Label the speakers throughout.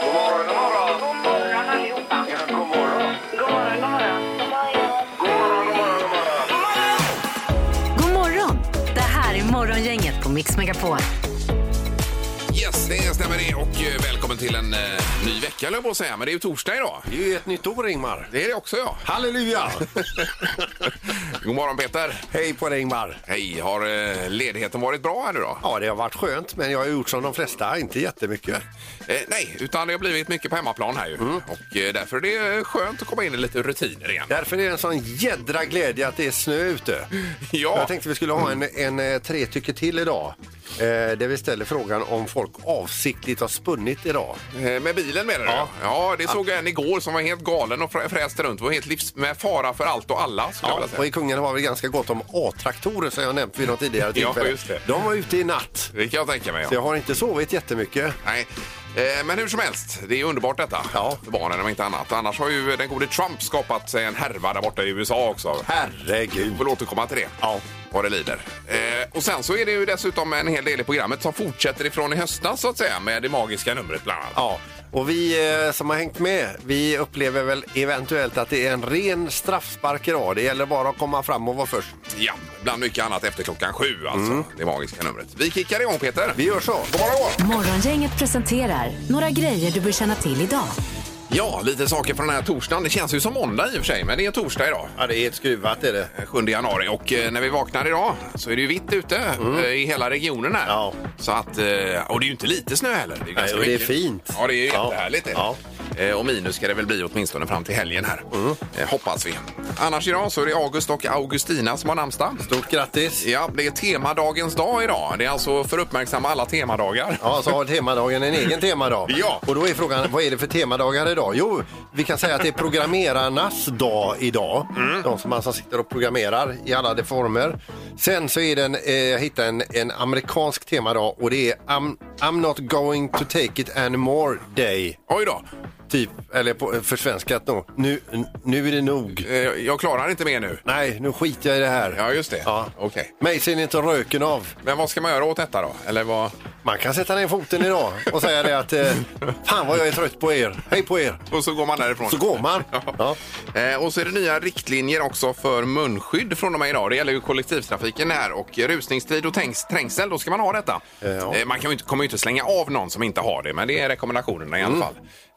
Speaker 1: God morgon, god morgon. God morgon allihopa. Ja, god morgon. God morgon, god morgon.
Speaker 2: God
Speaker 1: God morgon, god morgon, god morgon.
Speaker 2: morgon! Det här är Morgongänget på Mix Megapol.
Speaker 3: Yes, det stämmer det. Och eh, välkommen till en eh, ny vecka, höll jag på att säga. Men det är ju torsdag idag.
Speaker 4: Det är ju ett nytt år, Ingmar.
Speaker 3: Det är det också, ja.
Speaker 4: Halleluja!
Speaker 3: God morgon, Peter.
Speaker 4: Hej på dig, Ingmar.
Speaker 3: Hej, har eh, ledigheten varit bra här nu då?
Speaker 4: Ja, det har varit skönt, men jag har gjort som de flesta, inte jättemycket.
Speaker 3: Eh, nej, utan det har blivit mycket på hemmaplan här ju.
Speaker 4: Mm.
Speaker 3: Och eh, därför är det skönt att komma in i lite rutiner igen.
Speaker 4: Därför är det en sån jädra glädje att det är snö ute.
Speaker 3: Ja.
Speaker 4: Jag tänkte vi skulle ha en, en eh, tre tycker till idag. Eh, där vi ställer frågan om folk avsiktligt har spunnit idag.
Speaker 3: Eh, Med bilen menar du? Ja, ja det såg jag en igår som var helt galen och frä- fräste runt. Det var helt livs med fara för allt och alla. skulle jag vilja
Speaker 4: och
Speaker 3: säga.
Speaker 4: i Kungälv har vi ganska gott om A-traktorer som jag nämnt vid något tidigare
Speaker 3: Ja,
Speaker 4: tillfälle.
Speaker 3: just det.
Speaker 4: De var ute i natt.
Speaker 3: Det kan jag tänka mig.
Speaker 4: Så jag
Speaker 3: Ja.
Speaker 4: har inte sovit jättemycket.
Speaker 3: Nej. Eh, Men hur som helst, det är underbart detta.
Speaker 4: Ja.
Speaker 3: För barnen om inte annat. Annars har ju den gode Trump skapat sig en härva där borta i USA också.
Speaker 4: Herregud.
Speaker 3: Vi får återkomma till det.
Speaker 4: Ja.
Speaker 3: Vad det lider. Eh, och sen så är det ju dessutom en hel del i programmet som fortsätter ifrån i höstas så att säga med det magiska numret bland annat.
Speaker 4: Ja, och vi eh, som har hängt med, vi upplever väl eventuellt att det är en ren straffspark idag. Det gäller bara att komma fram och vara först.
Speaker 3: Ja, bland mycket annat efter klockan sju alltså. Det magiska numret. Vi kickar igång Peter.
Speaker 4: Vi gör så.
Speaker 3: God morgon!
Speaker 2: Morgongänget presenterar några grejer du bör känna till idag.
Speaker 3: Ja, lite saker från den här torsdagen. Det känns ju som måndag i och för sig, men det är torsdag idag.
Speaker 4: Ja, det är ett skruvat är det.
Speaker 3: den 7 januari och eh, när vi vaknar idag så är det ju vitt ute eh, i hela regionen här.
Speaker 4: Mm. Ja.
Speaker 3: Så att, eh, och det är ju inte lite snö heller. Det är, ganska
Speaker 4: och det är
Speaker 3: mycket.
Speaker 4: fint.
Speaker 3: Ja, det är ju
Speaker 4: Ja.
Speaker 3: jättehärligt. är det.
Speaker 4: Ja. Mm.
Speaker 3: Eh, Och minus ska det väl bli åtminstone fram till helgen här. Eh, Hoppas vi. Annars idag så är det August och Augustina som har namnsdag.
Speaker 4: Stort grattis.
Speaker 3: Ja, det är temadagens dag idag. Det är alltså för att uppmärksamma alla temadagar.
Speaker 4: Ja, så har temadagen en egen temadag.
Speaker 3: Ja.
Speaker 4: Och då är frågan, vad är det för temadagar idag? Jo, vi kan säga att det är programmerarnas dag idag. De som alltså sitter och programmerar i alla de former. Sen så är den, eh, jag hittade en, en amerikansk temadag och det är I'm, I'm not going to take it anymore day.
Speaker 3: Oj då,
Speaker 4: Typ, eller på, försvenskat då. Nu, nu är det nog.
Speaker 3: Eh, jag klarar inte mer nu.
Speaker 4: Nej, nu skiter jag i det här.
Speaker 3: Ja, just det.
Speaker 4: Ja.
Speaker 3: Okej.
Speaker 4: Mig ser ni inte röken av.
Speaker 3: Men vad ska man göra åt detta då? Eller vad?
Speaker 4: Man kan sätta ner foten idag och säga det att eh, fan vad jag är trött på er. Hej på er.
Speaker 3: Och så går man därifrån.
Speaker 4: Så går man. Ja.
Speaker 3: Eh, Och så är det nya riktlinjer också för munskydd från och med idag. Det gäller ju kollektivtrafiken här och rusningstid och tängs- trängsel, då ska man ha detta.
Speaker 4: Eh, ja.
Speaker 3: Eh, Man kan ju inte, kommer ju inte slänga av någon som inte har det, men det är rekommendationerna i
Speaker 4: Mm.
Speaker 3: alla fall.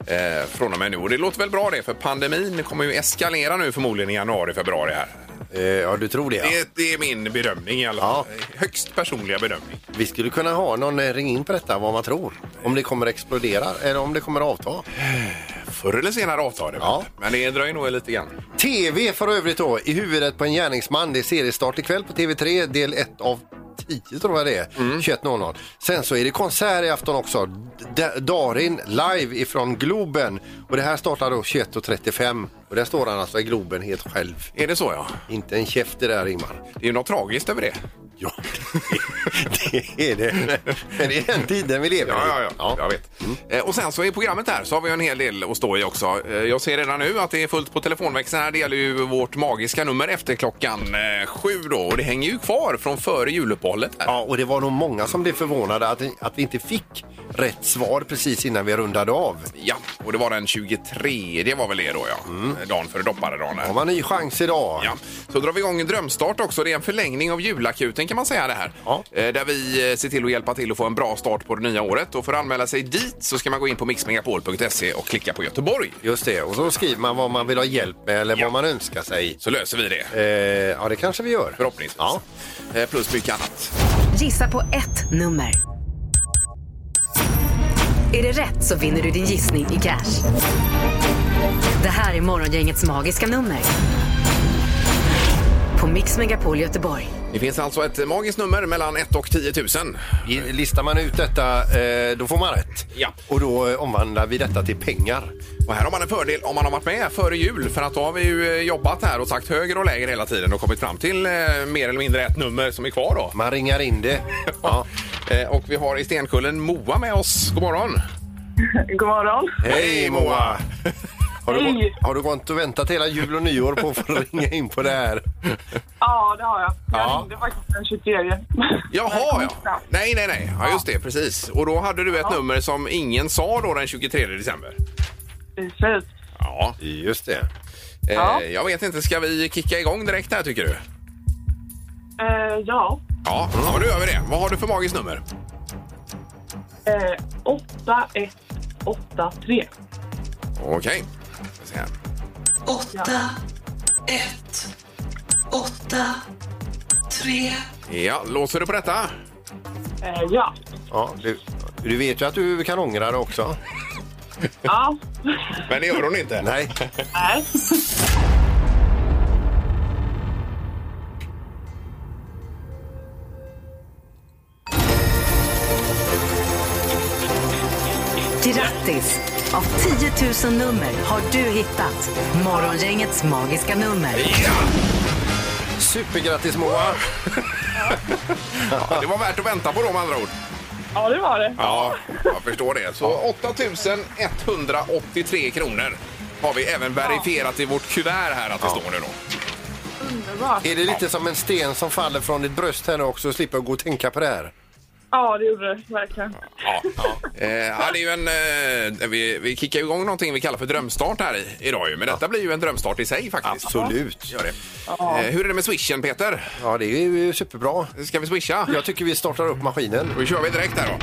Speaker 3: Eh, Från och med nu. Och det låter väl bra det, för pandemin kommer ju eskalera nu förmodligen i januari, februari här.
Speaker 4: Eh, ja, du tror det. Ja.
Speaker 3: Det, det är min bedömning i alla fall. Högst personliga bedömning.
Speaker 4: Vi skulle kunna ha någon eh, ring in på detta, vad man tror. Om det kommer explodera eller om det kommer avta.
Speaker 3: Förr eller senare avtar det väl?
Speaker 4: Ja.
Speaker 3: Men det dröjer nog lite grann.
Speaker 4: TV för övrigt då, i huvudet på en gärningsman. Det är seriestart ikväll på TV3, del 1 av 10 tror jag det är.
Speaker 3: Mm.
Speaker 4: 21.00. Sen så är det konsert i afton också. D Darin live ifrån Globen. Och det här startar då 21.35. Och där står han alltså i Globen helt själv.
Speaker 3: Är det så ja?
Speaker 4: Inte en käft det där Ingmar.
Speaker 3: Det är ju något tragiskt över det.
Speaker 4: Ja, det, det är det. Men det är den tiden vi lever i.
Speaker 3: Ja, ja, ja. Jag vet.
Speaker 4: Mm.
Speaker 3: Eh, Och sen så i programmet här så har vi en hel del att stå i också. Eh, Jag ser redan nu att det är fullt på telefonväxeln här. Det gäller ju vårt magiska nummer efter klockan eh, sju då. Och det hänger ju kvar från före juluppehållet här.
Speaker 4: Ja, och det var nog många som blev förvånade att, att vi inte fick rätt svar precis innan vi rundade av.
Speaker 3: Ja, och det var den 23, det var väl det då ja.
Speaker 4: Mm.
Speaker 3: Eh, Dagen före dopparedagen. här.
Speaker 4: Har man ny chans idag?
Speaker 3: Ja. Så drar vi igång en drömstart också. Det är en förlängning av julakuten kan man säga det här.
Speaker 4: Ja.
Speaker 3: Eh, Där vi eh, ser till att hjälpa till att få en bra start på det nya året. Och för att anmäla sig dit så ska man gå in på mixmegapol.se och klicka på Göteborg.
Speaker 4: Just det, och så skriver man vad man vill ha hjälp med eller
Speaker 3: Ja.
Speaker 4: vad man önskar sig.
Speaker 3: Så löser vi det.
Speaker 4: Eh, ja, det kanske vi gör.
Speaker 3: Förhoppningsvis.
Speaker 4: Ja.
Speaker 3: Eh, Plus mycket annat.
Speaker 2: Gissa på ett nummer. Är det rätt så vinner du din gissning i cash. Det här är Morgongängets magiska nummer. På Mix Megapol Göteborg.
Speaker 3: Det finns alltså ett magiskt nummer mellan 1 och 10 000.
Speaker 4: I- Listar man ut detta, eh, då får man rätt.
Speaker 3: Ja.
Speaker 4: Och då eh, omvandlar vi detta till pengar.
Speaker 3: Och här har man en fördel om man har varit med före jul för att då har vi ju eh, jobbat här och sagt höger och läger hela tiden och kommit fram till eh, mer eller mindre ett nummer som är kvar då.
Speaker 4: Man ringar in det. Ja.
Speaker 3: Eh, och vi har i Stenkullen Moa med oss. God morgon!
Speaker 5: God morgon.
Speaker 4: Hej Moa! Har du,
Speaker 5: Hej.
Speaker 4: har du gått och väntat hela jul och nyår på att få ringa in på det här?
Speaker 5: Ja, det har jag. Jag
Speaker 3: Ja.
Speaker 5: ringde faktiskt den 23.
Speaker 3: Jaha, ja.
Speaker 5: ja.
Speaker 3: Nej, nej, nej. Ja, just det. Precis. Och då hade du ett nummer som ingen sa då den 23 december.
Speaker 5: Precis.
Speaker 3: Ja.
Speaker 4: Just det.
Speaker 5: Ja.
Speaker 3: Eh, jag vet inte, ska vi kicka igång direkt här tycker du?
Speaker 5: Eh, ja.
Speaker 3: Ja, ja du gör vi det. Vad har du för magiskt nummer?
Speaker 5: Eh, 8183.
Speaker 3: Okej. Ska se här.
Speaker 6: 8, 1, 8, 3.
Speaker 3: Ja, låser du på detta?
Speaker 5: Eh, ja.
Speaker 4: Ja, du, du vet ju att du kan ångra det också.
Speaker 5: Ja.
Speaker 3: Men det gör hon inte.
Speaker 4: Nej.
Speaker 5: Nej.
Speaker 2: Grattis! Av 10 000 nummer har du hittat Morgongängets magiska nummer.
Speaker 3: Ja!
Speaker 4: Supergrattis Moa!
Speaker 3: Ja, det var värt att vänta på dem andra ord.
Speaker 5: Ja, det var det.
Speaker 3: Ja, jag förstår det. Så 8183 kronor har vi även verifierat i vårt kuvert här att det står nu då.
Speaker 5: Underbart.
Speaker 4: Är det lite som en sten som faller från ditt bröst här nu också och slipper gå och tänka på det här?
Speaker 5: Ja, det gjorde det verkligen.
Speaker 3: Ja, Eh, ja, det är ju en, eh, vi, vi kickar ju igång någonting vi kallar för drömstart här i, idag ju. Men detta blir ju en drömstart i sig faktiskt.
Speaker 4: Absolut.
Speaker 3: Gör det. Eh, hur är det med swishen Peter?
Speaker 4: Ja, det är ju superbra.
Speaker 3: Ska vi swisha?
Speaker 4: Jag tycker vi startar upp maskinen.
Speaker 3: Då kör vi direkt här då.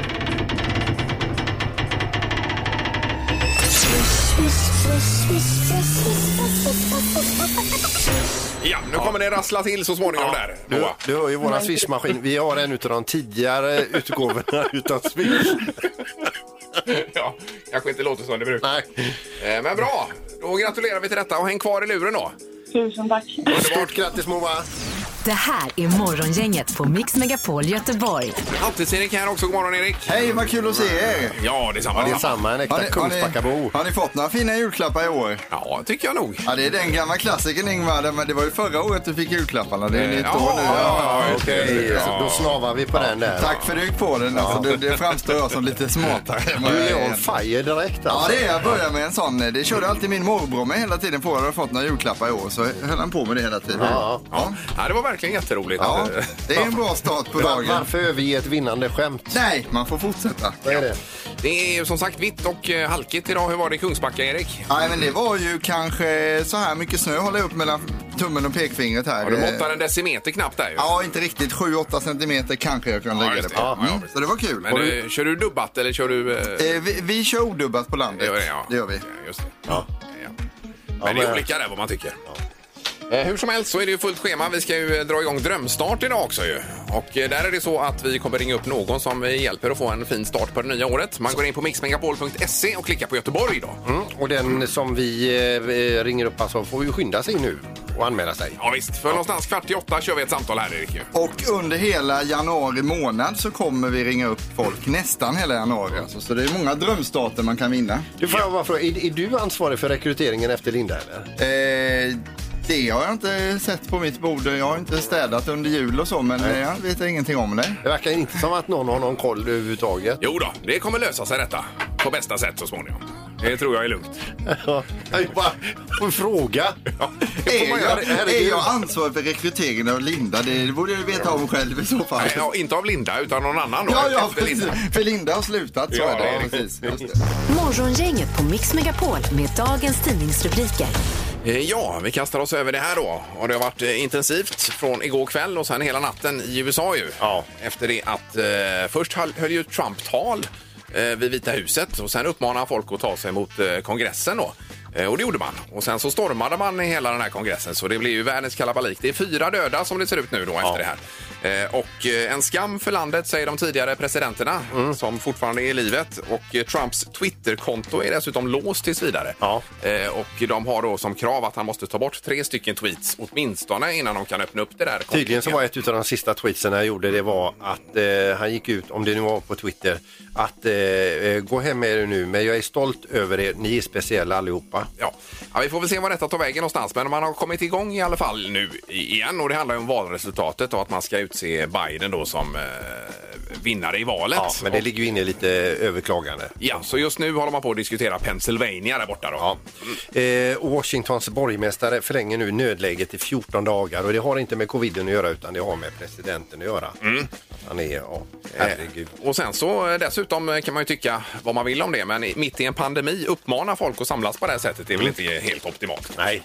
Speaker 3: Ja, nu kommer det rassla till så småningom där.
Speaker 4: Du,
Speaker 3: Moa.
Speaker 4: du hör ju våran swishmaskin. Vi har en utav de tidigare utgåvorna utan swish.
Speaker 3: ja, kanske inte låter som det brukar.
Speaker 4: Nej.
Speaker 3: Eh, Men bra, då gratulerar vi till detta och häng kvar i luren då.
Speaker 5: Tusen tack.
Speaker 4: Stort grattis Moa!
Speaker 2: Det här är Morgongänget på Mix Megapol Göteborg.
Speaker 3: Halvtids-Erik här också. God morgon Erik.
Speaker 7: Hej, vad kul att se er!
Speaker 3: Ja, detsamma.
Speaker 4: Det är samma, en
Speaker 7: Har
Speaker 4: äkta
Speaker 7: ni- Har
Speaker 4: Kungsbackabo.
Speaker 7: ni, har ni fått några fina julklappar i år?
Speaker 3: Ja, tycker jag nog.
Speaker 7: Ja, det är den gamla klassikern Ingvar, men det var ju förra året du fick julklapparna. Det är nytt
Speaker 3: Jaha,
Speaker 7: år nu.
Speaker 3: ja, ja,
Speaker 4: Okej,
Speaker 3: ja.
Speaker 4: då snavar vi på den där.
Speaker 7: Tack för dyk på den. Alltså, det, det framstår jag som lite smartare. än vad
Speaker 4: Du
Speaker 7: jag
Speaker 4: är on
Speaker 7: egentligen.
Speaker 4: fire direkt
Speaker 7: Ja,
Speaker 4: alltså.
Speaker 7: det är jag. Börjar med en sån. Det körde alltid min morbror med hela tiden. Frågade om jag fått några julklappar i år. Så höll han på med det hela tiden.
Speaker 4: Ja.
Speaker 7: ja.
Speaker 3: Ja, det var verkligen jätteroligt.
Speaker 7: Ja, det är en bra start på
Speaker 4: Var-
Speaker 7: dagen.
Speaker 4: Varför överge ett vinnande skämt?
Speaker 7: Nej, man får fortsätta.
Speaker 4: Vad är det?
Speaker 3: Det är ju som sagt vitt och eh, halkigt idag. Hur var det i Kungsbacka, Erik?
Speaker 7: Nej, men det var ju kanske så här mycket snö håller jag upp mellan tummen och pekfingret här.
Speaker 3: Ja, du måttar en decimeter knappt där ju.
Speaker 7: Ja, inte riktigt. 7-8 centimeter kanske jag kan
Speaker 3: Ja,
Speaker 7: lägga
Speaker 3: just
Speaker 7: det
Speaker 3: det.
Speaker 7: på.
Speaker 3: Ja, ja,
Speaker 7: Mm,
Speaker 3: visst.
Speaker 7: så det var kul.
Speaker 3: Men eh, kör du dubbat eller kör du... eh,
Speaker 7: Eh, vi, vi kör odubbat på landet.
Speaker 3: gör det, ja.
Speaker 7: Det gör vi.
Speaker 3: Just det. Ja. Men det är
Speaker 4: men-
Speaker 3: olika där vad man tycker. Eh, Hur som helst så är det ju fullt schema. Vi ska ju eh, dra igång drömstart idag också ju. Och eh, där är det så att vi kommer ringa upp någon som eh, hjälper att få en fin start på det nya året. Man går in på mixmegapol.se och klickar på Göteborg då.
Speaker 4: Mm, Och den som vi eh, ringer upp alltså får ju skynda sig nu och anmäla sig.
Speaker 3: Ja visst, för någonstans kvart i åtta kör vi ett samtal här Erik ju.
Speaker 7: Och under hela januari månad så kommer vi ringa upp folk nästan hela januari. Alltså, så det är många drömstarter man kan vinna.
Speaker 4: Du får jag bara fråga, är, är du ansvarig för rekryteringen efter Linda eller?
Speaker 7: Eh, det har jag inte sett på mitt bord. Jag har inte städat under jul och så, men eh, jag vet ingenting om det.
Speaker 4: Det verkar inte som att någon har någon koll överhuvudtaget.
Speaker 3: Jo då, det kommer lösa sig detta på bästa sätt så småningom. Det tror jag är lugnt.
Speaker 4: Ja, jag bara får fråga.
Speaker 3: Ja, det får
Speaker 7: Är
Speaker 3: man
Speaker 7: jag,
Speaker 3: göra.
Speaker 7: är jag ansvarig för rekryteringen av Linda? Det borde jag ju veta om själv i så fall.
Speaker 3: Nej, ja, inte av Linda utan någon annan då.
Speaker 7: Ja, ja,
Speaker 3: efter
Speaker 7: precis.
Speaker 3: Linda.
Speaker 7: För Linda har slutat, så
Speaker 3: Ja,
Speaker 7: är
Speaker 3: det
Speaker 7: det.
Speaker 3: är riktigt.
Speaker 7: precis. Just det.
Speaker 2: Morgongänget på Mix Megapol med dagens tidningsrubriker.
Speaker 3: Eh, Ja, vi kastar oss över det här då. Och det har varit eh, intensivt från igår kväll och sen hela natten i USA ju.
Speaker 4: Ja.
Speaker 3: Efter det att eh, först höll höll ju Trump tal eh, vid Vita huset och sen uppmanade han folk att ta sig mot eh, kongressen då. Eh, Och det gjorde man. Och sen så stormade man hela den här kongressen så det blev ju världens kalabalik. Det är fyra döda som det ser ut nu då efter det här. Eh, Och eh, en skam för landet säger de tidigare presidenterna
Speaker 4: Mm.
Speaker 3: som fortfarande är i livet. Och eh, Trumps Twitterkonto är dessutom låst tills vidare.
Speaker 4: Ja.
Speaker 3: Eh, Och de har då som krav att han måste ta bort tre stycken tweets åtminstone innan de kan öppna upp det där.
Speaker 4: Tydligen så var ett av de sista tweetsen jag gjorde det var att eh, han gick ut, om det nu var på Twitter, att eh, eh, gå hem med er nu men jag är stolt över er, ni är speciella allihopa.
Speaker 3: Ja. ja, vi får väl se vad detta tar vägen någonstans. Men man har kommit igång i alla fall nu i- igen och det handlar ju om valresultatet och att man ska utse Biden då som eh, vinnare i valet.
Speaker 4: Ja, men det ligger ju inne lite överklagande.
Speaker 3: Ja, så just nu håller man på att diskutera Pennsylvania där borta då.
Speaker 4: Eh, Washingtons borgmästare förlänger nu nödläget i 14 dagar och det har inte med coviden att göra utan det har med presidenten att göra. Han är, ja, herregud.
Speaker 3: Och sen så eh, dessutom eh, kan man ju tycka vad man vill om det, men i- mitt i en pandemi uppmana folk att samlas på det här sättet det är väl inte helt optimalt.
Speaker 4: Mm. Nej.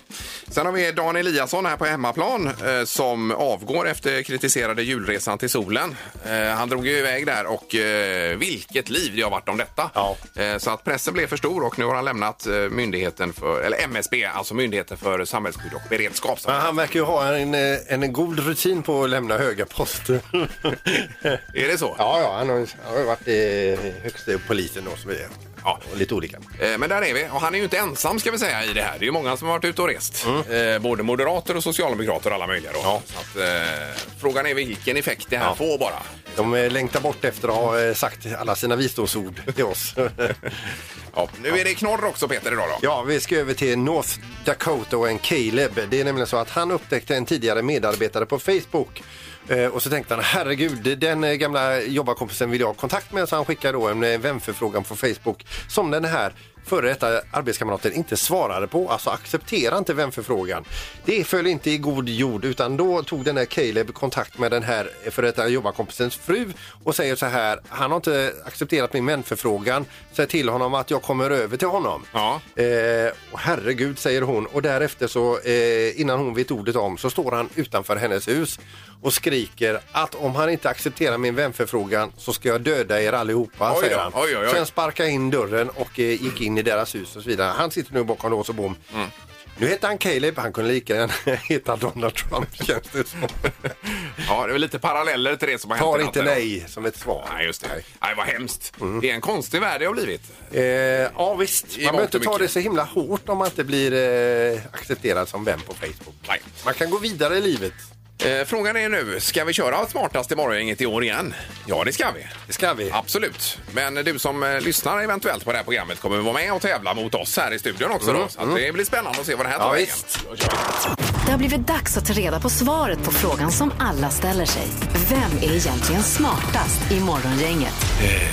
Speaker 3: Sen har vi Dan Eliasson här på hemmaplan eh, som avgår efter kritiserade julresan till solen. Eh, han drog ju iväg där och eh, vilket liv det har varit om detta.
Speaker 4: Ja.
Speaker 3: Eh, så att pressen blev för stor och nu har han lämnat eh, myndigheten för, eller MSB, alltså Myndigheten för samhällsskydd och beredskap.
Speaker 4: Men han verkar ju ha en, eh, en god rutin på att lämna höga poster.
Speaker 3: Är det så?
Speaker 4: ja, ja, han har, han har ju varit eh, högste polisen då. Så vi är,
Speaker 3: Ja.
Speaker 4: och lite olika.
Speaker 3: Eh, Men där är vi. Och han är ju inte ensam ska vi säga i det här. Det är ju många som har varit ute och rest.
Speaker 4: Mm.
Speaker 3: Eh, Både moderater och socialdemokrater och alla möjliga då. Så att, eh, frågan är vilken effekt det här
Speaker 4: Ja.
Speaker 3: får bara.
Speaker 4: De eh, längtar bort efter att ha eh, sagt alla sina visdomsord till oss.
Speaker 3: Ja. Nu är det knorr också Peter idag då.
Speaker 4: Ja, vi ska över till North Dakota och en Caleb. Det är nämligen så att han upptäckte en tidigare medarbetare på Facebook. Eh, Och så tänkte han, herregud, den eh, gamla jobbarkompisen vill jag ha kontakt med. Så han skickar då en eh, vänförfrågan på Facebook som den här före detta arbetskamraten inte svarade på. Alltså acceptera inte vänförfrågan. Det föll inte i god jord utan då tog den här Caleb kontakt med den här före detta jobbarkompisens fru och säger så här, han har inte accepterat min vänförfrågan. Säg till honom att jag kommer över till honom.
Speaker 3: Ja.
Speaker 4: Eh, och herregud, säger hon. Och därefter, så, eh, innan hon vet ordet om, så står han utanför hennes hus och skriker att om han inte accepterar min vänförfrågan så ska jag döda er allihopa,
Speaker 3: Oj då,
Speaker 4: säger han.
Speaker 3: oj, oj, oj.
Speaker 4: Sen sparkade in dörren och eh, gick in i deras hus och så vidare. Han sitter nu bakom lås och bom.
Speaker 3: Mm.
Speaker 4: Nu heter han Caleb, han kunde lika gärna heta Donald Trump känns det som.
Speaker 3: Ja, det är lite paralleller till det som har hänt
Speaker 4: Tar
Speaker 3: i
Speaker 4: inte
Speaker 3: natten.
Speaker 4: nej Mm. som ett svar.
Speaker 3: Nej, just det. Nej, vad hemskt. Det är en konstig värld det har blivit.
Speaker 4: Eh, ja visst, man behöver
Speaker 3: mångt och
Speaker 4: inte ta det
Speaker 3: mycket.
Speaker 4: så himla hårt om man inte blir eh, accepterad som vän på Facebook.
Speaker 3: Nej.
Speaker 4: Man kan gå vidare i livet.
Speaker 3: Eh, frågan är nu, ska vi köra smartast i morgongänget i år igen? Ja, det ska vi.
Speaker 4: Det ska vi.
Speaker 3: Absolut. Men du som eh, lyssnar eventuellt på det här programmet kommer vara med och tävla mot oss här i studion också då. Så att det blir spännande att se vad det här tar
Speaker 4: Mm, Ja,
Speaker 3: vägen.
Speaker 4: visst.
Speaker 3: Då kör vi.
Speaker 2: Det har blivit dags att ta reda på svaret på frågan som alla ställer sig. Vem är egentligen smartast i morgongänget?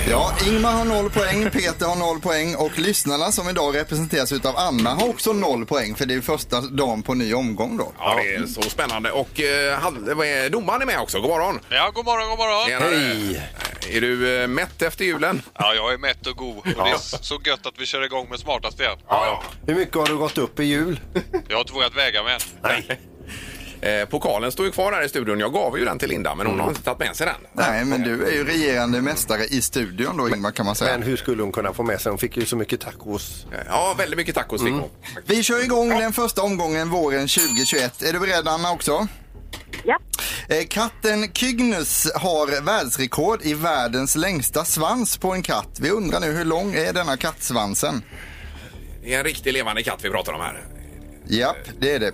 Speaker 7: Ja, Ingmar har noll poäng, Peter har noll poäng och lyssnarna som idag representeras utav Anna har också noll poäng för det är ju första dagen på ny omgång då.
Speaker 3: Ja, det är så spännande. Och eh, han- vad är- domaren är med också. God morgon!
Speaker 8: Ja, god morgon, god morgon.
Speaker 3: Tjenare.
Speaker 4: Hej.
Speaker 3: Är du eh, mätt efter julen?
Speaker 8: Ja, jag är mätt och god. Och det är så gött att vi kör igång med smartast igen.
Speaker 3: Ja,
Speaker 4: Hur mycket har du gått upp i jul?
Speaker 8: Jag har inte vågat väga mig än.
Speaker 4: Nej.
Speaker 3: ja. Eh, pokalen står ju kvar här i studion. Jag gav ju den till Linda, men hon har inte tagit med sig den.
Speaker 7: Nej, men du är ju regerande mästare i studion då Ingmar kan man säga.
Speaker 4: Men hur skulle hon kunna få med sig? Hon fick ju så mycket tacos.
Speaker 3: Eh, Ja, väldigt mycket tacos fick hon.
Speaker 7: Vi kör igång den första omgången våren 2021. Är du beredd Anna också?
Speaker 5: Ja.
Speaker 7: Eh, Katten Cygnus har världsrekord i världens längsta svans på en katt. Vi undrar nu hur lång är denna kattsvansen?
Speaker 3: Det är en riktig levande katt vi pratar om här.
Speaker 7: Japp, det är det.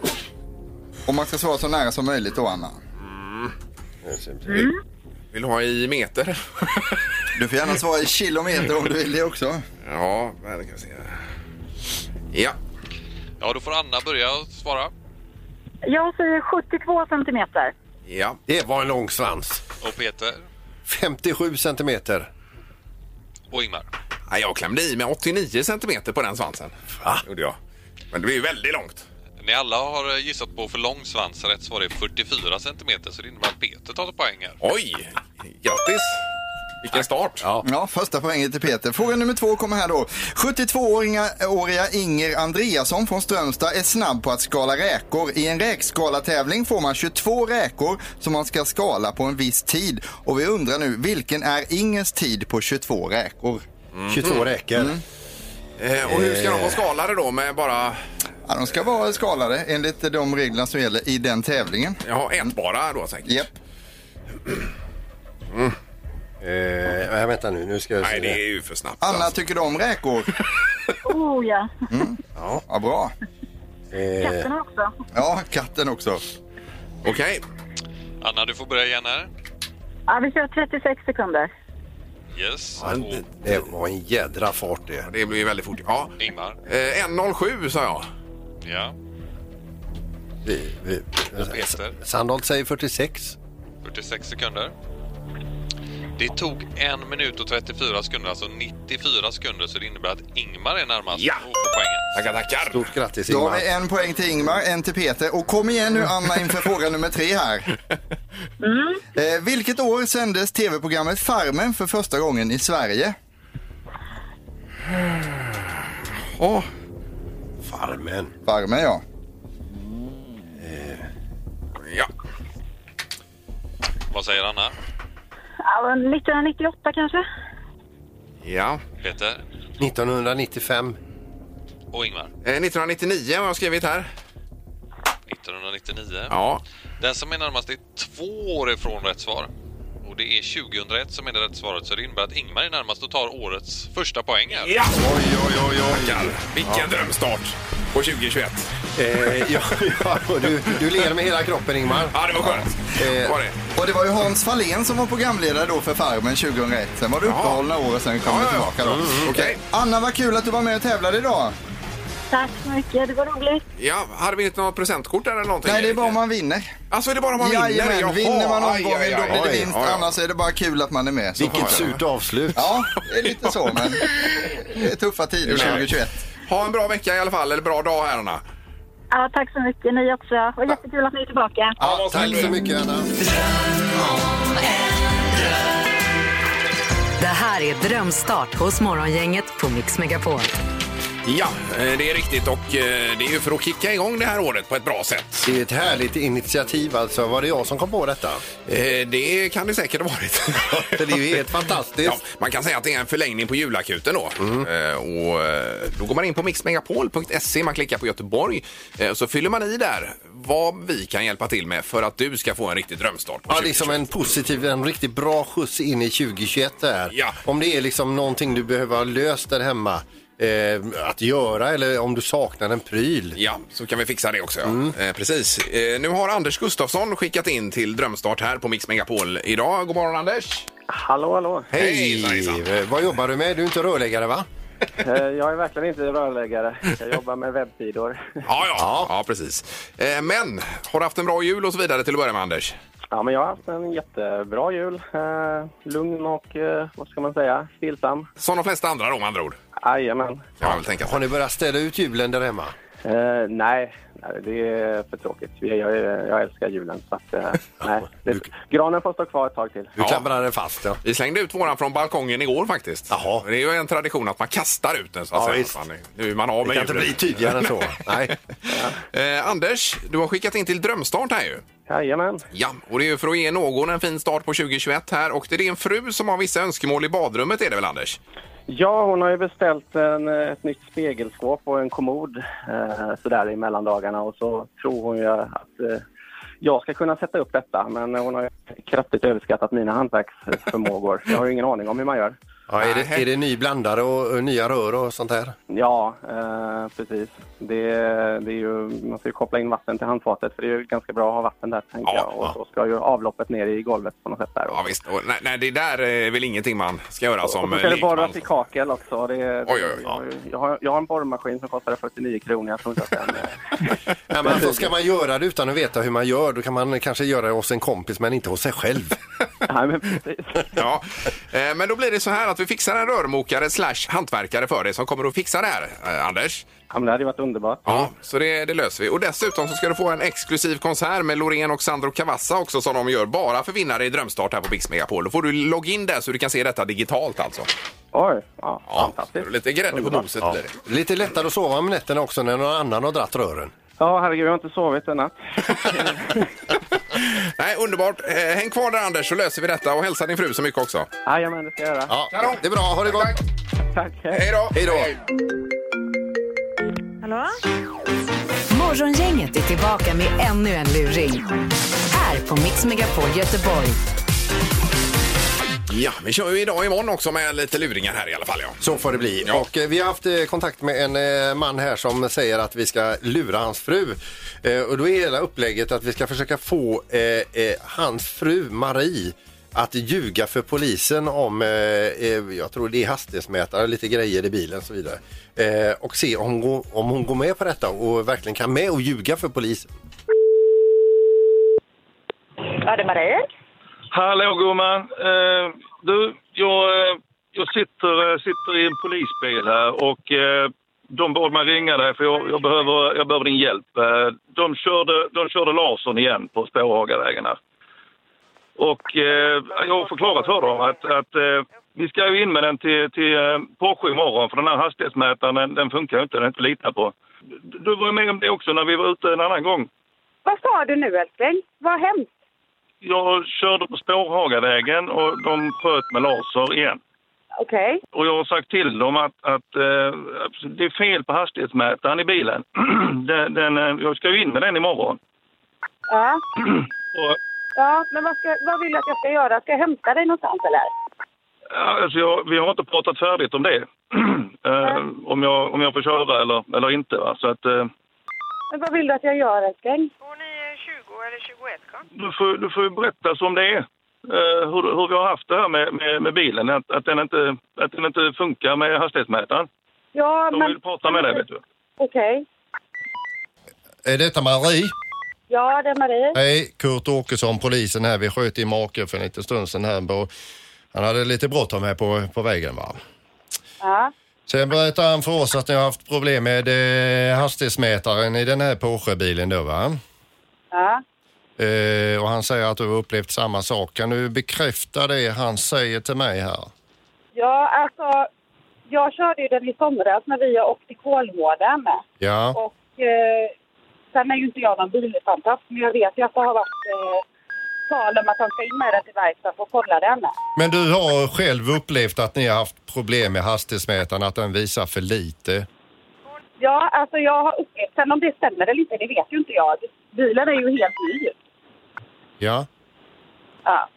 Speaker 7: Och man ska svara så nära som möjligt då Anna.
Speaker 3: Vill du ha i meter?
Speaker 7: Du får gärna svara i kilometer om du vill det också.
Speaker 3: ja, men det kan vi se. Ja,
Speaker 8: Ja, då får Anna börja svara.
Speaker 9: Jag säger 72 centimeter.
Speaker 3: ja.
Speaker 4: Det var en lång svans.
Speaker 8: Och Peter
Speaker 4: 57 centimeter.
Speaker 8: och Ingmar.
Speaker 3: Nej, Jag klämde i med 89 centimeter på den svansen. Va? Gjorde jag. Men det blir ju väldigt långt.
Speaker 8: Ni alla har gissat på för lång svans. Rätt svar är 44 centimeter, så det innebär att Peter tar poäng här.
Speaker 3: Oj! Grattis! Vilken start!
Speaker 4: Ja.
Speaker 7: Ja, första poängen till Peter. Fråga nummer två kommer här då. 72-åriga Inger Andreasson från Strömstad är snabb på att skala räkor. I en räkskalatävling får man 22 räkor som man ska skala på en viss tid. Och vi undrar nu, vilken är Ingers tid på 22 räkor?
Speaker 4: 22 räcker.
Speaker 3: Eh, och hur ska de vara skalade då med bara...
Speaker 7: Ja, de ska vara skalade enligt de reglerna som gäller i den tävlingen.
Speaker 3: Jaha, ätbara då säkert?
Speaker 7: Japp.
Speaker 4: Eh, nej, vänta nu, nu ska jag
Speaker 3: Nej,
Speaker 4: se.
Speaker 3: det är ju för snabbt.
Speaker 7: Anna,
Speaker 3: alltså.
Speaker 7: tycker du om räkor?
Speaker 9: Oh ja.
Speaker 7: Ja, bra.
Speaker 4: Eh,
Speaker 9: Katterna också.
Speaker 7: Ja, katten också.
Speaker 3: Okej.
Speaker 8: Anna, du får börja igen här.
Speaker 9: Ja, vi kör 36 sekunder.
Speaker 8: Yes.
Speaker 4: ja, det- det var en jädra fart det.
Speaker 3: Det blir väldigt fort. Ja.
Speaker 8: Och Ingmar.
Speaker 3: Eh, 1.07 sa jag.
Speaker 8: Ja.
Speaker 4: Vi, vi,
Speaker 8: Peter.
Speaker 4: Sandholt säger 46.
Speaker 8: 46 sekunder. Det tog 1 minut och 34 sekunder, alltså 94 sekunder, så det innebär att Ingmar är närmast
Speaker 3: Ja.
Speaker 8: och får poängen.
Speaker 3: Tackar, tackar.
Speaker 4: Stort grattis
Speaker 7: Då har
Speaker 4: Ingmar.
Speaker 7: vi en poäng till Ingmar, en till Peter. Och kom igen nu Anna inför fråga nummer tre här.
Speaker 3: Mm.
Speaker 7: Eh, vilket år sändes tv-programmet Farmen för första gången i Sverige?
Speaker 3: Åh,
Speaker 4: Farmen.
Speaker 7: Farmen ja.
Speaker 3: ja.
Speaker 8: Vad säger Anna?
Speaker 9: Ja, 1998 kanske?
Speaker 3: Ja.
Speaker 8: Peter
Speaker 4: 1995.
Speaker 8: och Ingmar?
Speaker 3: Eh, 1999 har jag skrivit här.
Speaker 8: 1999.
Speaker 3: Ja.
Speaker 8: Den som är närmast är två år ifrån rätt svar. Och det är 2001 som är det rätt svaret, så det innebär att Ingmar är närmast och tar årets första poäng här.
Speaker 3: ja. Oj, oj, oj, oj. Tackar. Vilken drömstart på 2021.
Speaker 4: Eh, ja, ja, och du, du ler med hela kroppen Ingmar.
Speaker 3: Ja, det var skönt.
Speaker 4: Eh,
Speaker 3: Var det?
Speaker 7: Och det var ju Hans Fahlén som var programledare då för Farmen 2001. Sen var det uppehåll några år och sen kom
Speaker 3: Ja,
Speaker 7: det
Speaker 3: ja, ja.
Speaker 7: tillbaka då.
Speaker 3: Mm, okej.
Speaker 7: Anna, vad kul att du var med och tävlade idag.
Speaker 9: Tack så mycket, det var roligt.
Speaker 3: Ja, hade vi inte något presentkort där eller någonting?
Speaker 7: Nej, det är bara om
Speaker 3: man...
Speaker 7: man vinner.
Speaker 3: Alltså, är det bara om man vinner? Jaha,
Speaker 7: Jajamän, vinner man
Speaker 3: aj,
Speaker 7: omgången
Speaker 3: aj,
Speaker 7: då blir
Speaker 3: aj,
Speaker 7: det
Speaker 3: aj,
Speaker 7: vinst.
Speaker 3: aj, aj.
Speaker 7: Annars är det bara kul att man är med. Så
Speaker 4: Vilket surt avslut.
Speaker 7: Ja, det är lite så, men det är tuffa tider 2021.
Speaker 3: Ha en bra vecka i alla fall, eller bra dag här Anna.
Speaker 9: Ja, tack så mycket, ni också. Och jättekul att ni är tillbaka.
Speaker 4: Ja, tack så mycket Anna.
Speaker 2: Det här är Drömstart hos Morgongänget på Mix Megapol.
Speaker 3: Ja, eh, det är riktigt och eh, det är ju för att kicka igång det här året på ett bra sätt.
Speaker 4: Det är ett härligt initiativ alltså. Var det jag som kom på detta?
Speaker 3: Eh, Det kan det säkert ha varit.
Speaker 4: Det är ju helt fantastiskt.
Speaker 3: Ja, man kan säga att det är en förlängning på julakuten då. Eh, och, eh, då går man in på mixmegapol.se, man klickar på Göteborg eh, så fyller man i där vad vi kan hjälpa till med för att du ska få en riktig drömstart. På
Speaker 4: Ja, det är som
Speaker 3: 2020.
Speaker 4: en positiv, en riktigt bra skjuts in i 2021 det här.
Speaker 3: Ja.
Speaker 4: Om det är liksom någonting du behöver ha löst där hemma eh, att göra eller om du saknar en pryl.
Speaker 3: Ja, så kan vi fixa det också. Ja. Eh, precis. Eh, nu har Anders Gustafsson skickat in till Drömstart här på Mix Megapol idag. God morgon Anders!
Speaker 1: Hallå, hallå.
Speaker 3: Hej, hejsan.
Speaker 4: Eh, Vad jobbar du med? Du är inte rörläggare va?
Speaker 1: Eh, Jag är verkligen inte rörläggare. Jag jobbar med webbsidor.
Speaker 3: Ja, ja. ja. precis. Eh, men, har du haft en bra jul och så vidare till att börja med Anders?
Speaker 1: Ja, men jag har haft en jättebra jul. Eh, Lugn och, eh, vad ska man säga, stillsam.
Speaker 3: Som de flesta andra då med andra ord.
Speaker 1: Jajamän.
Speaker 3: Kan man väl tänka sig.
Speaker 4: Har ni börjat ställa ut julen där hemma?
Speaker 1: Eh, nej, nej, det är för tråkigt. Jag, jag, jag älskar julen. Så att, eh, nej, det, granen får stå kvar ett tag till.
Speaker 4: Du klamrar den fast ja.
Speaker 3: Vi slängde ut våran från balkongen igår faktiskt.
Speaker 4: Jaha.
Speaker 3: Det är ju en tradition att man kastar ut den så att
Speaker 4: Ja,
Speaker 3: säga.
Speaker 4: visst.
Speaker 3: Man, nu är man av
Speaker 4: Det
Speaker 3: med
Speaker 4: kan inte bli
Speaker 3: djuren.
Speaker 4: tydligare än så. Nej.
Speaker 3: eh, Anders, du har skickat in till Drömstart här ju.
Speaker 1: Jajamän.
Speaker 3: Ja, och det är ju för att ge någon en fin start på 2021 här. Och det är din fru som har vissa önskemål i badrummet är det väl Anders?
Speaker 1: Ja, hon har ju beställt en, eh, ett nytt spegelskåp och en kommod eh, sådär i mellandagarna och så tror hon ju att eh, jag ska kunna sätta upp detta men hon har ju kraftigt överskattat mina hantverksförmågor. Jag har ju ingen aning om hur man gör.
Speaker 4: Ja, är, det, är det ny blandare och, och nya rör och sånt där?
Speaker 1: Ja, eh, precis. Det, det är ju, man ska ju koppla in vatten till handfatet för det är ju ganska bra att ha vatten där tänker
Speaker 3: Ja,
Speaker 1: jag. Och
Speaker 3: ja.
Speaker 1: så ska ju avloppet ner i golvet på något sätt där.
Speaker 3: Ja visst. Och, nej, nej, det där är väl ingenting man ska göra som
Speaker 1: och så
Speaker 3: eh,
Speaker 1: ska det
Speaker 3: lekman.
Speaker 1: borras i kakel också. Det,
Speaker 3: Oj, oj, oj.
Speaker 1: Jag, har ju- jag, har, jag har en borrmaskin som kostar 49 kronor. Jag tror inte att den...
Speaker 4: Nej, men alltså, ska man göra det utan att veta hur man gör då kan man kanske göra det hos en kompis men inte hos sig själv.
Speaker 1: Nej, men precis.
Speaker 3: Ja, eh, men då blir det så här att vi fixar en rörmokare slash hantverkare för dig som kommer att fixa det här, eh, Anders.
Speaker 1: Ja, men det hade ju varit underbart.
Speaker 3: Ja, så det, det löser vi. Och dessutom så ska du få en exklusiv konsert med Loreen och Sandro Cavazza också som de gör bara för vinnare i Drömstart här på Mix Megapol. Då får du logga in där så du kan se detta digitalt alltså.
Speaker 1: Oj, ja,
Speaker 3: så det
Speaker 1: fantastiskt.
Speaker 3: är lite grädde på moset blir det.
Speaker 4: Lite lättare att sova om nätterna också när någon annan har dratt rören.
Speaker 1: Ja, herregud, jag har inte sovit en natt.
Speaker 3: Nej, underbart. Eh, häng kvar där Anders så löser vi detta och hälsa din fru så mycket också.
Speaker 1: Jajamän, det ska jag göra.
Speaker 4: Ja, det är bra. Ha det gott.
Speaker 1: Tack.
Speaker 3: Hej då!
Speaker 4: Hej då.
Speaker 9: Hallå?
Speaker 2: Morgongänget är tillbaka med ännu en luring. Här på Mix Megapol Göteborg.
Speaker 3: Ja, vi kör ju idag och imorgon också med lite luringar här i alla fall. Ja.
Speaker 4: Så får det bli.
Speaker 3: Ja.
Speaker 4: Och eh, vi har haft eh, kontakt med en eh, man här som säger att vi ska lura hans fru. Eh, och då är hela upplägget att vi ska försöka få eh, eh, hans fru Marie att ljuga för polisen om, eh, eh, jag tror det är hastighetsmätare, lite grejer i bilen och så vidare. Eh, och se om hon, går, om hon går med på detta och verkligen kan med och ljuga för polisen.
Speaker 9: Ja, det är Marie.
Speaker 10: Hallå gumman! Eh, du, jag, eh, jag sitter, eh, sitter i en polisbil här och eh, de bad mig ringa dig för jag, jag, behöver, jag behöver din hjälp. Eh, de, körde, de körde Larsson igen på Spårhagavägen här. Och eh, jag har förklarat för dem att, att eh, vi ska ju in med den till, till eh, Porsche imorgon för den här hastighetsmätaren den, den funkar ju inte, den är inte att lita på. Du- Du var ju med om det också när vi var ute en annan gång.
Speaker 11: Vad sa du nu älskling? Vad hemskt.
Speaker 10: Jag körde på Spårhagavägen och de sköt med laser igen.
Speaker 11: Okej.
Speaker 10: Och jag har sagt till dem att, att eh, det är fel på hastighetsmätaren i bilen. den, den, eh, jag ska ju in med den imorgon.
Speaker 11: Ja.
Speaker 10: Och,
Speaker 11: ja, men vad, ska, vad vill du att jag ska göra? Ska jag hämta dig någonstans eller?
Speaker 10: ja, alltså jag, vi har inte pratat färdigt om det. eh, om, jag, om jag får köra eller, eller inte. Va? Så att, eh,
Speaker 11: Men vad vill du att jag gör älskling?
Speaker 10: du, får, du får ju berätta som det är. Eh, hur, hur vi har haft det här med, med, med bilen. Att, att, den inte, att den inte funkar med hastighetsmätaren.
Speaker 11: Ja,
Speaker 10: De
Speaker 11: men
Speaker 10: vill prata med dig vet du.
Speaker 11: okej.
Speaker 4: Är detta Marie?
Speaker 11: Ja, det är Marie.
Speaker 4: Hej, Kurt Åkesson, polisen här. Vi sköt i maken för en liten stund sedan här. på- Han hade lite bråttom här på, på vägen va?
Speaker 11: Ja.
Speaker 4: Sen berättade han för oss att ni har haft problem med eh, hastighetsmätaren i den här Porsche-bilen då va?
Speaker 11: Ja.
Speaker 4: Eh, och han säger att du har upplevt samma sak. Kan du bekräfta det han säger till mig här?
Speaker 11: Ja, alltså. Jag körde ju den i somras när vi åkte till Kolmården.
Speaker 4: Ja,
Speaker 11: Och eh, sen är ju inte jag någon bilfantast, men jag vet ju att det har varit eh, tal om att han ska in med den till verkstaden för att kolla den.
Speaker 4: men du har själv upplevt att ni har haft problem med hastighetsmätaren, att den visar för lite.
Speaker 11: Ja, alltså jag har upplevt, sen om det stämmer eller inte, det vet ju inte jag. Bilen är ju helt ny.
Speaker 4: Ja.
Speaker 11: Ja.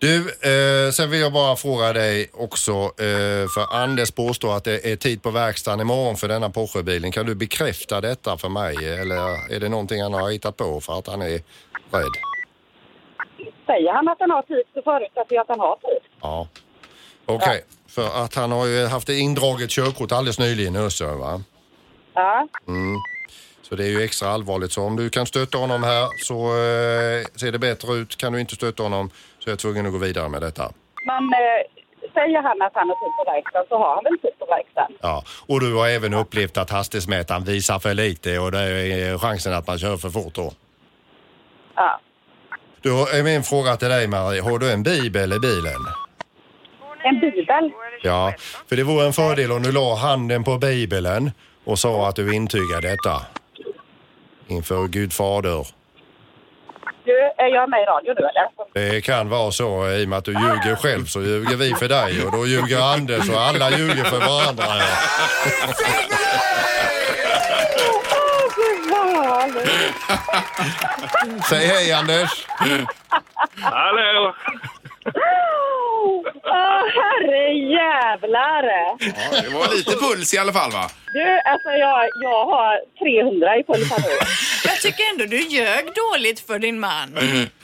Speaker 4: Du, eh, sen vill jag bara fråga dig också, eh, för Anders påstår att det är tid på verkstaden imorgon för denna Porschebilen. Kan du bekräfta detta för mig eller är det någonting han har hittat på för att han är rädd?
Speaker 11: Säger han att han har tid så förutsätter jag att han har tid.
Speaker 4: Ja. Okej, för att han har ju haft ett indraget körkort alldeles nyligen i Östersund va?
Speaker 11: Ja.
Speaker 4: Mm. Så det är ju extra allvarligt. Så om du kan stötta honom här så eh, ser det bättre ut. Kan du inte stötta honom så är jag tvungen att gå vidare med detta.
Speaker 11: Men eh, säger han att han har tid på verkstaden så har han väl tid på verkstaden.
Speaker 4: Ja, och du har även upplevt att hastighetsmätaren visar för lite och det är chansen att man kör för fort då.
Speaker 11: Ja.
Speaker 4: Då är min fråga till dig Marie, har du en bibel i bilen?
Speaker 11: En bibel.
Speaker 4: Ja, för det vore en fördel om du la handen på bibeln och sa att du intygar detta. Inför Gud fader.
Speaker 11: Du, är jag med i radio nu eller?
Speaker 4: Det kan vara så i och med att du ljuger själv så ljuger vi för dig och då ljuger Anders och alla ljuger för varandra. Säg hej Anders!
Speaker 10: Hallå!
Speaker 11: Åh, herrejävlar!
Speaker 3: Ja, det var lite puls i alla fall va?
Speaker 11: Du, alltså jag, jag har 300 i full panik.
Speaker 12: Jag tycker ändå du ljög dåligt för din man.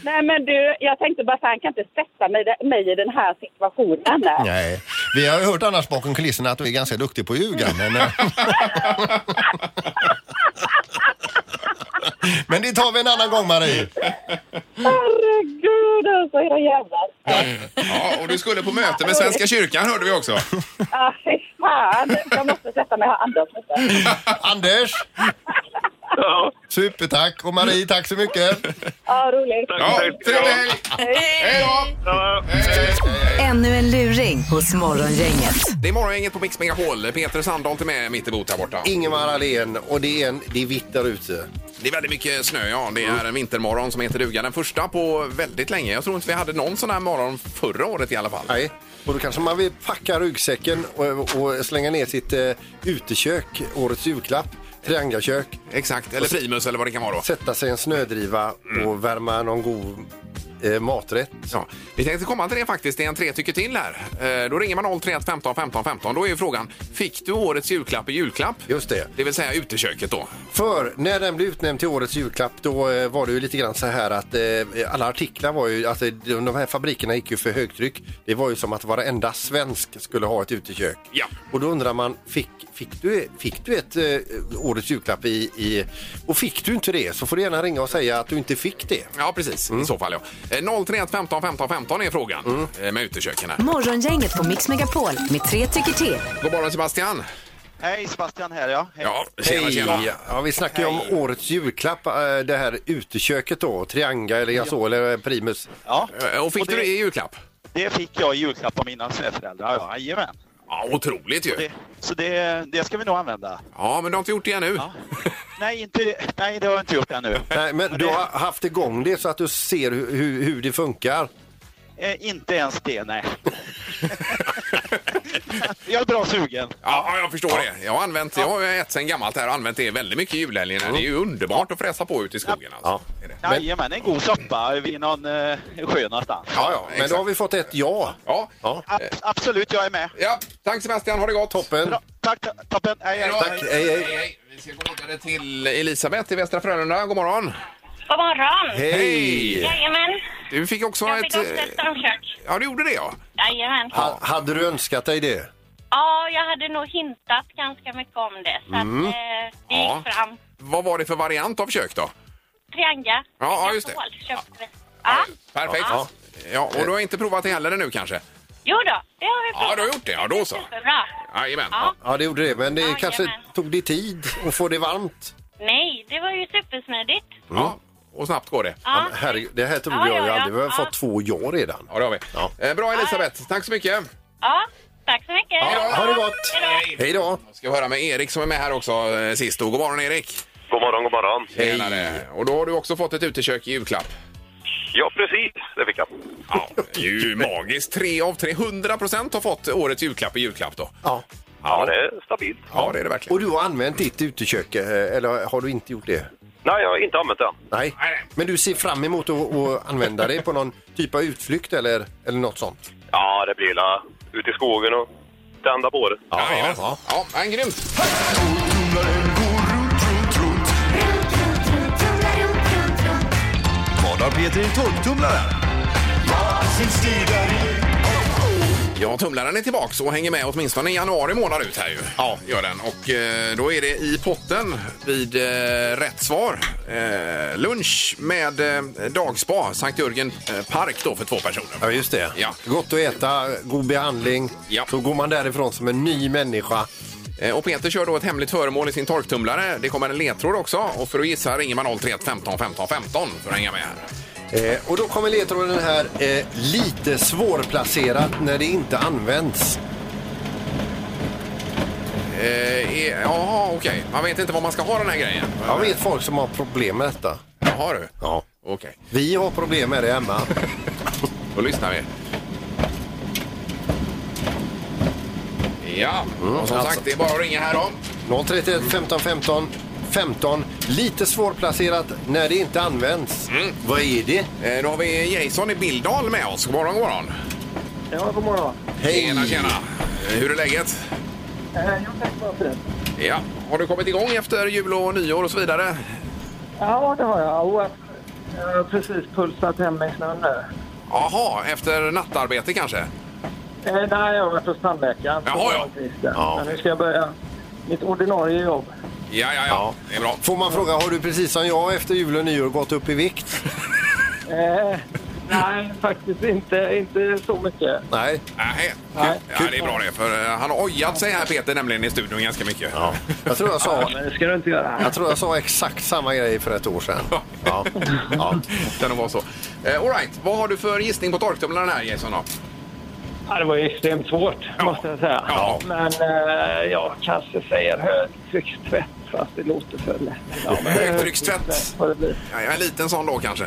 Speaker 11: Nej men du, jag tänkte bara så här, han kan inte sätta mig, mig i den här situationen.
Speaker 4: Nej, vi har ju hört annars bakom kulisserna att du är ganska duktig på att ljuga. Men, eh, men det tar vi en annan gång Marie.
Speaker 11: Herregud alltså, era jävlar.
Speaker 3: Ja, och du skulle på möte med Svenska kyrkan hörde vi också.
Speaker 11: Ah, fy fan, jag måste sätta mig och andas lite.
Speaker 4: Anders! Supertack och Marie tack så mycket.
Speaker 11: Ja, roligt.
Speaker 4: Ja, trevlig.
Speaker 11: Hej
Speaker 2: Ännu en luring hos Morgongänget.
Speaker 3: Det är morgongänget på Mix Megapol. Peter Sandholt är med mitt emot här borta.
Speaker 4: Ingemar Ahlén och det är, en, det är vitt där ute.
Speaker 3: Det är väldigt mycket snö, ja. Det är en vintermorgon som heter duga. Den första på väldigt länge. Jag tror inte vi hade någon sån här morgon förra året i alla fall.
Speaker 4: Nej, och då kanske man vill packa ryggsäcken och, och slänga ner sitt eh, utekök, årets julklapp, triangakök.
Speaker 3: Exakt, eller primus eller vad det kan vara då.
Speaker 4: Sätta sig i en snödriva och värma någon god eh, maträtt.
Speaker 3: Ja, vi tänkte komma till det faktiskt. Det är en tre tycker till här. Eh, Då ringer man 031 15 15 15. Då är ju frågan, fick du årets julklapp i julklapp?
Speaker 4: Just det.
Speaker 3: Det vill säga uteköket då.
Speaker 4: För när den blev utnämnd till årets julklapp då eh, var det ju lite grann så här att eh, alla artiklar var ju, alltså de de här fabrikerna gick ju för högtryck. Det var ju som att varenda svensk skulle ha ett utekök.
Speaker 3: Ja.
Speaker 4: Och då undrar man, fick, fick, du, fick du ett eh, årets julklapp i, i... Och fick du inte det så får du gärna ringa och säga att du inte fick det.
Speaker 3: Mm. Ja, precis. I så fall, ja. Eh, 031 15 15 15 är frågan eh, med uteköken här.
Speaker 2: Morgongänget på Mix Megapol med tre tycker till.
Speaker 3: God morgon Sebastian!
Speaker 13: Hej, Sebastian här ja. Hej.
Speaker 3: Ja,
Speaker 4: Hej! Ja, vi snackar ju om årets julklapp, eh, det här uteköket då, Trianga eller Gasol eller Primus.
Speaker 13: Ja.
Speaker 3: Eh, Och fick du det i julklapp?
Speaker 13: Det fick jag i julklapp av mina svärföräldrar, ja. Jajamän.
Speaker 3: Ja, otroligt ju.
Speaker 13: Det, så det, det ska vi nog använda.
Speaker 3: Ja, men du har inte gjort det ännu.
Speaker 13: Nej, inte, nej, det har jag inte gjort ännu.
Speaker 4: Nej, men du har haft igång det så att du ser hur, hur, hur det funkar.
Speaker 13: Eh, inte ens det, nej. jag är bra sugen.
Speaker 3: Ja, jag förstår det. Jag har använt, jag har ju ett sen gammalt här och använt det väldigt mycket i julhelgen. Det är ju underbart att fräsa på ute i skogen alltså. Är det.
Speaker 13: Jajamän, en god soppa vid någon eh, sjö någonstans.
Speaker 4: Ja, ja, men då har vi fått ett ja.
Speaker 3: Ja, Eh,
Speaker 13: Abs- absolut, jag är med.
Speaker 3: Ja, tack Sebastian, ha det gott!
Speaker 4: Toppen!
Speaker 13: tack, toppen! Hej, hej!
Speaker 3: Tack, hej, hej. Vi ska gå vidare till Elisabeth i Västra Frölunda. God morgon!
Speaker 14: God morgon!
Speaker 3: Hej.
Speaker 14: Jajamän!
Speaker 3: Du fick också
Speaker 14: Jag
Speaker 3: ett... eh,
Speaker 14: fick också ett stormkök.
Speaker 3: Ja, du gjorde det ja.
Speaker 14: Jajamän.
Speaker 4: Ha, hade du önskat dig det?
Speaker 14: Ja, jag hade nog hintat ganska mycket om det. Så
Speaker 3: Mm.
Speaker 14: att, eh, det gick
Speaker 3: Ja.
Speaker 14: fram.
Speaker 3: Vad var det för variant av kök då?
Speaker 14: Trianga.
Speaker 3: Ja, ja, just det.
Speaker 14: Gasol köpte vi. Ja.
Speaker 3: Perfekt. Ja.
Speaker 14: Ja.
Speaker 3: och du har inte provat det heller nu kanske?
Speaker 14: Jo då, det har vi
Speaker 3: Ja,
Speaker 14: provat.
Speaker 3: du har gjort det. Ja, då så.
Speaker 14: Superbra.
Speaker 3: Jajamän.
Speaker 14: Ja.
Speaker 4: Ja, det gjorde det, men det
Speaker 14: Ja,
Speaker 4: kanske
Speaker 14: jajamän.
Speaker 4: tog det tid att få det varmt.
Speaker 14: Nej, det var ju supersmidigt.
Speaker 3: Ja, och snabbt går det.
Speaker 14: Ja.
Speaker 4: men herregud, det här tror
Speaker 14: Ja,
Speaker 4: jag
Speaker 14: ja,
Speaker 4: ju
Speaker 14: ja.
Speaker 4: aldrig. Vi har
Speaker 14: Ja.
Speaker 4: fått två ja redan.
Speaker 3: Ja, det har vi. Eh, Bra Elisabeth, tack så mycket.
Speaker 14: Ja, tack så mycket.
Speaker 3: Ja, ha det gott.
Speaker 14: Hej då.
Speaker 3: Hej då. Ska höra med Erik som är med här också eh, sist. Och God morgon Erik.
Speaker 15: God morgon, god morgon.
Speaker 3: Hej. Och då har du också fått ett utekök i julklapp.
Speaker 15: Ja, precis. Det fick jag.
Speaker 3: Ja, det är ju magiskt. Tre av 300 procent har fått årets julklapp i julklapp då.
Speaker 4: Ja.
Speaker 15: Ja, det är stabilt.
Speaker 3: Ja, det är det verkligen.
Speaker 4: Och du har använt ditt utekök, eh, eller har du inte gjort det?
Speaker 15: Nej, jag har inte använt den.
Speaker 4: Nej. Men du ser fram emot att, att använda det på någon typ av utflykt eller, eller något sånt?
Speaker 15: Ja, det blir la ut i skogen och tända på det.
Speaker 4: Ja, ja.
Speaker 3: Ja, men grymt.
Speaker 16: Vad har Peter i torktumlaren?
Speaker 3: Ja, tumlaren är tillbaks och hänger med åtminstone i januari månad ut här ju. Ja. Gör den. Och eh, då är det i potten vid eh, rätt svar. Eh, lunch med eh, dagspa, Sankt Jörgen eh, park då för två personer.
Speaker 4: Ja, just det.
Speaker 3: Ja.
Speaker 4: Gott att äta, god behandling. Så går man därifrån som en ny människa.
Speaker 3: Eh, Och Peter kör då ett hemligt föremål i sin torktumlare. Det kommer en ledtråd också. Och för att gissa ringer man 031 15 15 15 för att hänga med här.
Speaker 4: Eh, och då kommer ledtråden här, eh, lite svårplacerat när det inte används.
Speaker 3: Eh, eh, Jaha, okej. Man vet inte var man ska ha den här grejen.
Speaker 4: Jag vet folk som har problem med detta.
Speaker 3: Jaha du.
Speaker 4: Ja.
Speaker 3: Okej.
Speaker 4: Vi har problem med det hemma.
Speaker 3: Då lyssnar vi. Ja, och som sagt, det är bara att ringa här då.
Speaker 4: 031 15 15 15. Lite svårplacerat när det inte används. Vad är det?
Speaker 3: Eh, Då har vi Jason i Bildal med oss. God morgon, god morgon.
Speaker 17: Ja, god morgon.
Speaker 3: Hej. Tjena, tjena. Eh, Hur är läget?
Speaker 17: Eh, Jag tackar bara för det.
Speaker 3: Ja, har du kommit igång efter jul och nyår och så vidare?
Speaker 17: Ja, det har jag. Och jag har precis pulsat hem i snön nu.
Speaker 3: Jaha, efter nattarbete kanske?
Speaker 17: Eh, Nej, jag har varit hos tandläkaren.
Speaker 3: Jaha, ja.
Speaker 17: ja. Nu ska jag börja mitt ordinarie jobb.
Speaker 3: Ja, ja, ja. Det är bra.
Speaker 4: Får man fråga, har du precis som jag efter jul och nyår gått upp i vikt?
Speaker 17: Eh, nej, faktiskt inte, inte så mycket.
Speaker 4: Nej.
Speaker 3: Nej. Äh, Ja, det är bra det, för eh, han har ojat sig här Peter nämligen i studion ganska mycket. Ja.
Speaker 4: Jag tror jag sa...
Speaker 17: det ska du inte göra.
Speaker 4: Jag tror jag sa exakt samma grej för ett år sedan. Ja.
Speaker 3: ja. Kan nog vara så. Eh, all right. vad har du för gissning på torktumlaren här Jason då?
Speaker 17: Ja, det var ju extremt svårt, måste jag säga.
Speaker 3: Ja.
Speaker 17: Men eh, jag kanske säger högtryckstvätt, fast det låter för lätt. Ja, men
Speaker 3: Eh, Högtryckstvätt.
Speaker 17: vad det blir.
Speaker 3: Ja, en liten sån då kanske?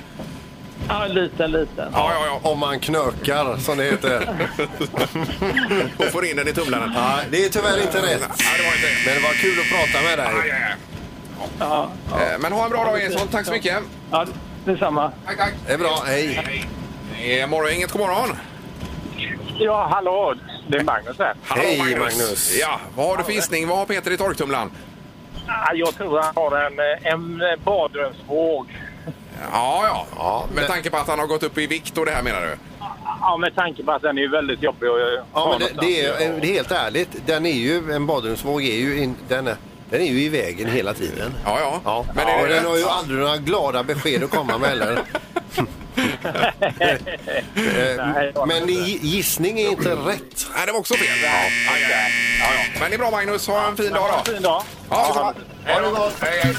Speaker 17: Ja, liten, liten.
Speaker 3: Ja, ja, ja.
Speaker 4: Om man knökar, som det heter.
Speaker 3: Och får in den i tumlaren.
Speaker 4: Ja, det är tyvärr inte rätt. Men det var kul att prata med dig.
Speaker 17: Ja,
Speaker 3: Eh, Men ha en bra dag Jason, tack så mycket.
Speaker 17: ja detsamma.
Speaker 3: Tack, tack.
Speaker 4: Det är bra, hej.
Speaker 3: Eh, Morgon, inget god morgon.
Speaker 18: Ja, hallå! Det är Magnus här.
Speaker 3: Hallå, Ja, vad har du för gissning? Vad har Peter i torktumlaren?
Speaker 18: Ah, Jag tror han har en, eh, en eh, badrumsvåg.
Speaker 3: Ja, ja. Med tanke på att han har gått upp i vikt och det här menar du?
Speaker 18: Ja, med tanke på att den är ju väldigt jobbig att eh,
Speaker 4: Ja,
Speaker 18: ha
Speaker 4: men det,
Speaker 18: någonstans.
Speaker 4: det, är, eh, det är helt ärligt, den är ju, en badrumsvåg är ju, in, den, är, den är ju i vägen hela tiden.
Speaker 3: Ja, ja.
Speaker 4: ja.
Speaker 3: Men är det
Speaker 4: och den
Speaker 3: rätt?
Speaker 4: har ju aldrig några glada besked att komma med heller. Eh, Men gi- gissning är inte rätt.
Speaker 3: Nej, det var också fel. Ja. Aj, aj, aj. Ja, ja. Men det är bra Magnus, ha en fin dag då.
Speaker 4: fin dag.
Speaker 3: Ja, ha det gott. Hej, hej.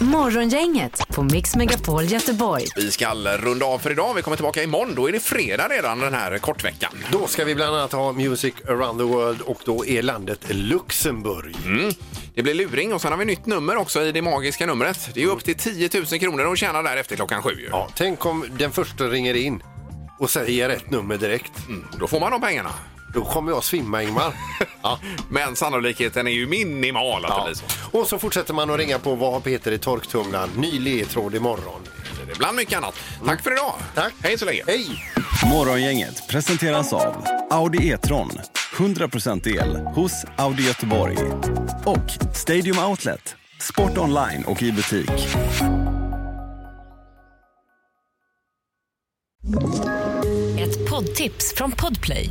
Speaker 2: Morgongänget på Mix Megapol Göteborg.
Speaker 3: Vi ska runda av för idag. Vi kommer tillbaka imorgon. Då är det fredag redan den här kortveckan.
Speaker 4: Då ska vi bland annat ha Music around the world och då är landet Luxemburg.
Speaker 3: Mm. Det blir luring och sen har vi nytt nummer också i det magiska numret. Det är ju upp till 10 000 kronor att tjäna där efter klockan sju. ju.
Speaker 4: Ja, tänk om den första ringer in och säger rätt nummer direkt.
Speaker 3: Då får man de pengarna.
Speaker 4: Då kommer jag svimma, Ingmar. ja.
Speaker 3: Men sannolikheten är ju minimal att det blir så.
Speaker 4: Och så fortsätter man att ringa på Vad har Peter i torktumlaren? Ny ledtråd imorgon.
Speaker 3: Det är bland mycket annat. Tack för idag! Tack. Hej så länge!
Speaker 4: Hej!
Speaker 16: Morgongänget presenteras av Audi E-tron. 100% el hos Audi Göteborg. Och Stadium Outlet. Sport online och i butik.
Speaker 19: Ett poddtips från Podplay.